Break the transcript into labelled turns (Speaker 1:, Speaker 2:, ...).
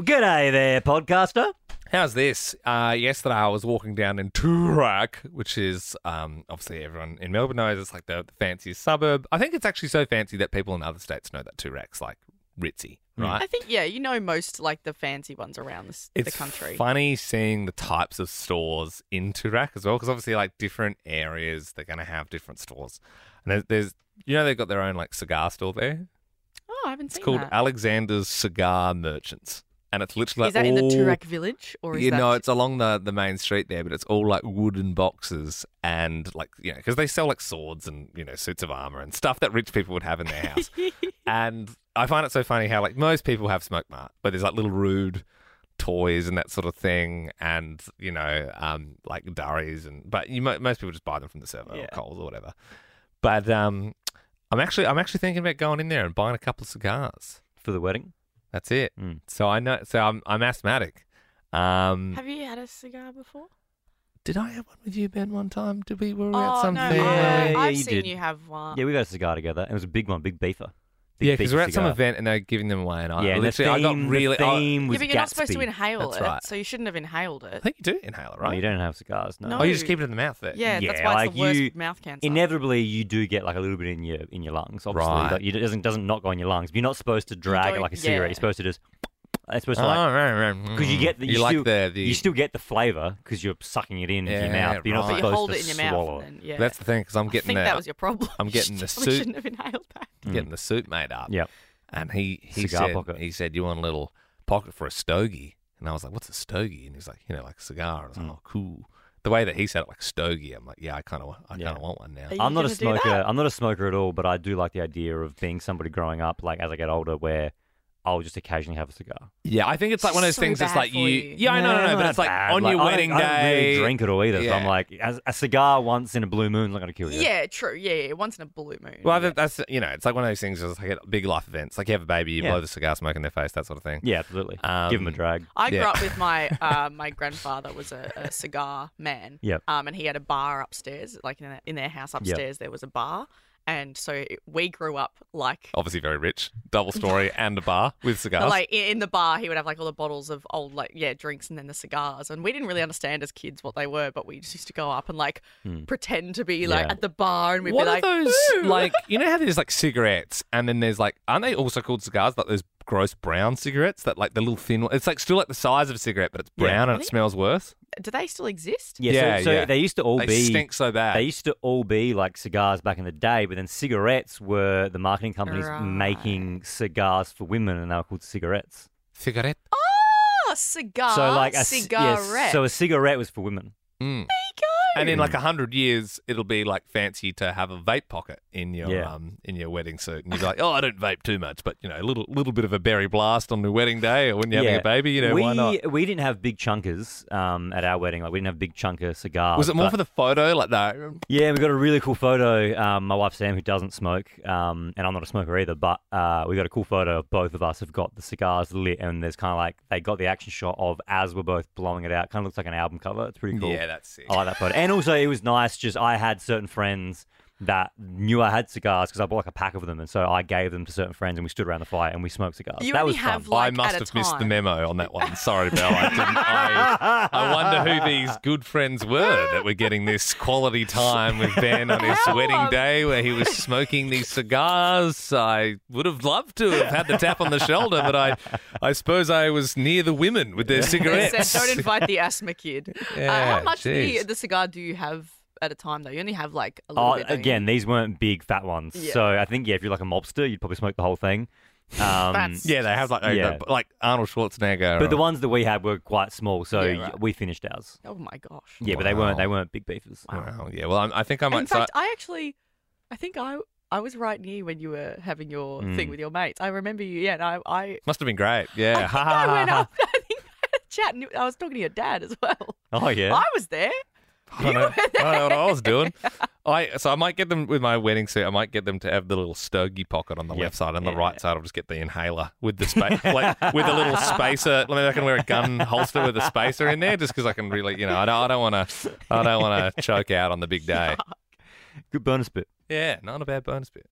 Speaker 1: G'day there, podcaster.
Speaker 2: How's this? Uh, yesterday I was walking down in Toorak, which is um, obviously everyone in Melbourne knows it's like the, the fanciest suburb. I think it's actually so fancy that people in other states know that Toorak's like ritzy, right?
Speaker 3: I think yeah, you know most like the fancy ones around this, the
Speaker 2: It's
Speaker 3: country.
Speaker 2: funny seeing the types of stores in Toorak as well, because obviously like different areas they're going to have different stores, and there's, there's you know they've got their own like cigar store there.
Speaker 3: Oh, I haven't
Speaker 2: It's
Speaker 3: seen
Speaker 2: called
Speaker 3: that.
Speaker 2: Alexander's Cigar Merchants, and it's literally
Speaker 3: is
Speaker 2: like
Speaker 3: that in the
Speaker 2: all-
Speaker 3: Turak village or is
Speaker 2: you
Speaker 3: that
Speaker 2: know, it's along the, the main street there, but it's all like wooden boxes and like, you know, because they sell like swords and, you know, suits of armor and stuff that rich people would have in their house. and I find it so funny how like most people have Smoke Mart, where there's like little rude toys and that sort of thing and, you know, um, like durries and, but you mo- most people just buy them from the server or
Speaker 3: Yeah.
Speaker 2: Coles or whatever. But, um, I'm actually, I'm actually thinking about going in there and buying a couple of cigars.
Speaker 1: For the wedding?
Speaker 2: That's it.
Speaker 3: Hmm.
Speaker 1: Mm.
Speaker 2: So I know. So I'm, I'm asthmatic. Um,
Speaker 3: Have you had a cigar before?
Speaker 2: did I have one with you, Ben, one time? Did we were we at
Speaker 3: Oh no,
Speaker 2: something?
Speaker 1: Yeah,
Speaker 3: I,
Speaker 1: yeah,
Speaker 3: I've
Speaker 1: you
Speaker 3: seen
Speaker 1: did.
Speaker 3: you have one.
Speaker 1: Yeah, we got a cigar together. It was a big one, big beefer. Big
Speaker 2: yeah, because
Speaker 1: beefer
Speaker 2: we're at some
Speaker 1: cigar.
Speaker 2: event and they're giving them away, and I
Speaker 1: Yeah, and the
Speaker 2: literally
Speaker 1: theme,
Speaker 2: I got really.
Speaker 1: the
Speaker 2: I-
Speaker 1: theme
Speaker 3: yeah,
Speaker 1: was
Speaker 3: but you're not supposed to
Speaker 1: Gatsby.
Speaker 3: inhale
Speaker 2: That's
Speaker 3: it,
Speaker 2: right.
Speaker 3: so you shouldn't have inhaled
Speaker 2: I
Speaker 3: it.
Speaker 2: think you do inhale it,
Speaker 1: No,
Speaker 2: right?
Speaker 1: you don't have cigars, no.
Speaker 3: No.
Speaker 2: Oh, you just keep it in the mouth there.
Speaker 3: Yeah, that's
Speaker 1: Yeah,
Speaker 3: why
Speaker 1: like
Speaker 3: it's the worst
Speaker 1: you-
Speaker 3: mouth cancer.
Speaker 1: Inevitably, you do get like a little bit in your in your lungs. Obviously,
Speaker 2: Right.
Speaker 1: like, it doesn't doesn't not go in your lungs. But you're not supposed to drag it
Speaker 3: don't-
Speaker 1: like a cigarette.
Speaker 3: yeah.
Speaker 1: You're supposed to just. It's supposed
Speaker 2: Oh,
Speaker 1: to like
Speaker 2: right, right.
Speaker 1: because you get the,
Speaker 2: you,
Speaker 1: you,
Speaker 2: like
Speaker 1: still,
Speaker 2: the, the
Speaker 1: you still get the flavour because you're sucking it in with your
Speaker 2: Yeah,
Speaker 1: mouth. But you're
Speaker 2: right.
Speaker 1: not
Speaker 3: but
Speaker 1: supposed
Speaker 3: you hold
Speaker 1: to
Speaker 3: it in your
Speaker 1: swallow
Speaker 3: mouth.
Speaker 1: it.
Speaker 3: And then, yeah,
Speaker 2: That's the thing because I'm
Speaker 3: I think
Speaker 2: getting
Speaker 3: that
Speaker 2: the
Speaker 3: was your problem.
Speaker 2: I'm getting the
Speaker 3: you
Speaker 2: suit.
Speaker 3: probably shouldn't have inhaled that.
Speaker 2: getting the suit made up.
Speaker 1: Mm. Yep.
Speaker 2: and he he
Speaker 1: Cigar
Speaker 2: said
Speaker 1: pocket.
Speaker 2: he said you want a little pocket for a stogie, and I was like, what's a stogie? And he's like, you know, like a cigar. I
Speaker 1: Mm.
Speaker 2: was like, oh, cool. The way that he said it, like stogie, I'm like, yeah, I kind of I
Speaker 1: Yeah.
Speaker 2: kind of want one now.
Speaker 3: Are you
Speaker 1: I'm not a
Speaker 3: gonna do that?
Speaker 1: smoker. I'm not a smoker at all, but I do like the idea of being somebody growing up, like as I get older, where I'll just occasionally have a cigar.
Speaker 2: Yeah, I think it's like one of those
Speaker 3: So
Speaker 2: things that's
Speaker 3: bad
Speaker 2: like
Speaker 3: for
Speaker 2: you.
Speaker 3: you.
Speaker 2: Yeah, I know, no, no, but
Speaker 1: not
Speaker 2: it's like
Speaker 1: bad.
Speaker 2: on your
Speaker 1: I don't-
Speaker 2: wedding
Speaker 1: I don't
Speaker 2: day.
Speaker 1: really drink it all either. So
Speaker 2: Yeah.
Speaker 1: I'm like, as, a cigar once in a blue moon's not going to kill you.
Speaker 3: Yeah, true. Yeah, yeah, once in a blue moon.
Speaker 2: Well, I think that's you know, it's like one of those things. It's like at big life events. Like you have a baby, you
Speaker 1: Yeah.
Speaker 2: blow the cigar smoke in their face, that sort of thing.
Speaker 1: Yeah, absolutely.
Speaker 2: Um,
Speaker 1: Give him a drag.
Speaker 3: I grew
Speaker 2: Yeah.
Speaker 3: up with my uh, my grandfather was a, a cigar man.
Speaker 1: Yep.
Speaker 3: Um, and he had a bar upstairs, like in, in their house upstairs, there was a bar, and so it, we grew up like.
Speaker 1: Oh,
Speaker 2: Obviously, very rich, double story and a bar with
Speaker 3: But
Speaker 2: cigars.
Speaker 3: like i- in the bar, he would have like all the bottles of old like yeah drinks and then the cigars, and we didn't really understand as kids what they were, but we just used to go up and like pretend to be like
Speaker 1: Hmm. Yeah.
Speaker 3: at the bar, and we'd
Speaker 2: what
Speaker 3: be
Speaker 2: are
Speaker 3: like,
Speaker 2: those
Speaker 3: "Ooh."
Speaker 2: like? You know how there's like cigarettes, and then there's like, aren't they also called cigars? Like those gross brown cigarettes that like the little thin. one- It's like still like the size of a cigarette, but it's
Speaker 1: Yeah.
Speaker 2: brown and it smells worse.
Speaker 3: do they still exist?
Speaker 1: Yeah,
Speaker 2: Yeah,
Speaker 1: so, so
Speaker 2: yeah.
Speaker 1: they used to all
Speaker 2: They
Speaker 1: be
Speaker 2: stink so bad.
Speaker 1: They used to all be like cigars back in the day, but then cigarettes were the marketing companies
Speaker 3: Right.
Speaker 1: making cigars for women, and they were called cigarettes.
Speaker 2: Cigarette.
Speaker 3: Oh, cigar,
Speaker 1: so like a c- yeah,
Speaker 3: cigarette.
Speaker 1: so a cigarette was for women.
Speaker 2: Mm. And in like a hundred years, it'll be like fancy to have a vape pocket in your
Speaker 1: Yeah.
Speaker 2: um in your wedding suit, and you're like, oh, I don't vape too much, but you know, a little little bit of a berry blast on the wedding day, or when you're having a baby, you know,
Speaker 1: we,
Speaker 2: why not?
Speaker 1: We didn't have big chunkers um, at our wedding. Like we didn't have big chunker cigars.
Speaker 2: Was it more
Speaker 1: but-
Speaker 2: for the photo, like that?
Speaker 1: Yeah, we got a really cool photo. Um, my wife Sam, who doesn't smoke, um, and I'm not a smoker either, but uh, we got a cool photo of both of us have got the cigars lit, and there's kind of like they got the action shot of as we're both blowing it out. Kind of looks like an album cover. It's pretty cool.
Speaker 2: Yeah, that's sick.
Speaker 1: I like that photo. And also, it was nice. Just I had certain friends that knew I had cigars because I bought like a pack of them, and so I gave them to certain friends, and we stood around the fire and we smoked cigars.
Speaker 3: You
Speaker 1: that
Speaker 3: only
Speaker 1: was
Speaker 3: have,
Speaker 1: fun.
Speaker 3: like,
Speaker 2: I must
Speaker 3: at a
Speaker 2: have missed the
Speaker 3: time.
Speaker 2: memo on that one. Sorry, Bell. I, didn't, I, I wonder who these good friends were that were getting this quality time with Ben on his
Speaker 3: How
Speaker 2: wedding
Speaker 3: am-
Speaker 2: day where he was smoking these cigars. I would have loved to have had the tap on the shoulder, but I, I suppose I was near the women with their
Speaker 3: They
Speaker 2: cigarettes.
Speaker 3: said, don't invite the asthma kid. uh,
Speaker 2: Yeah,
Speaker 3: how much the,
Speaker 2: jeez.
Speaker 3: the cigar do you have at a time, though? You only have like a little
Speaker 1: Oh,
Speaker 3: bit. don't you?
Speaker 1: again, these weren't big fat ones,
Speaker 3: Yeah.
Speaker 1: so I think yeah, if you're like a mobster, you'd probably smoke the whole thing. Um,
Speaker 3: That's-
Speaker 2: yeah, they have like
Speaker 1: Yeah.
Speaker 2: like- like Arnold Schwarzenegger.
Speaker 1: But the ones that we had were quite small, so
Speaker 3: Yeah, right.
Speaker 1: y- we finished ours.
Speaker 3: Oh my gosh.
Speaker 1: Yeah, but they weren't they
Speaker 2: Wow.
Speaker 1: weren't big beefers.
Speaker 2: Wow, yeah. Well, I'm, I think I might.
Speaker 3: In
Speaker 2: so-
Speaker 3: fact, I actually, I think I I was right near you when you were having your
Speaker 2: Hmm.
Speaker 3: thing with your mates. I remember you. Yeah, and I I,
Speaker 2: must have been great. Yeah. Ha, ha,
Speaker 3: I
Speaker 2: ha,
Speaker 3: went
Speaker 2: ha.
Speaker 3: up. I think I had a chat, and I was talking to your dad as well.
Speaker 1: Oh yeah.
Speaker 3: I was there.
Speaker 2: I don't, know, I don't know what I was doing. I so I might get them with my wedding suit. I might get them to have the little stogie pocket on the
Speaker 1: Yeah.
Speaker 2: left side, and the right side. I'll just get the inhaler with the space, like with a little spacer. I mean, I can wear a gun holster with a spacer in there, just because I can really, you know, I don't, I don't want to, I don't want to choke out on the big day.
Speaker 1: Good bonus bit.
Speaker 2: Yeah, not a bad bonus bit.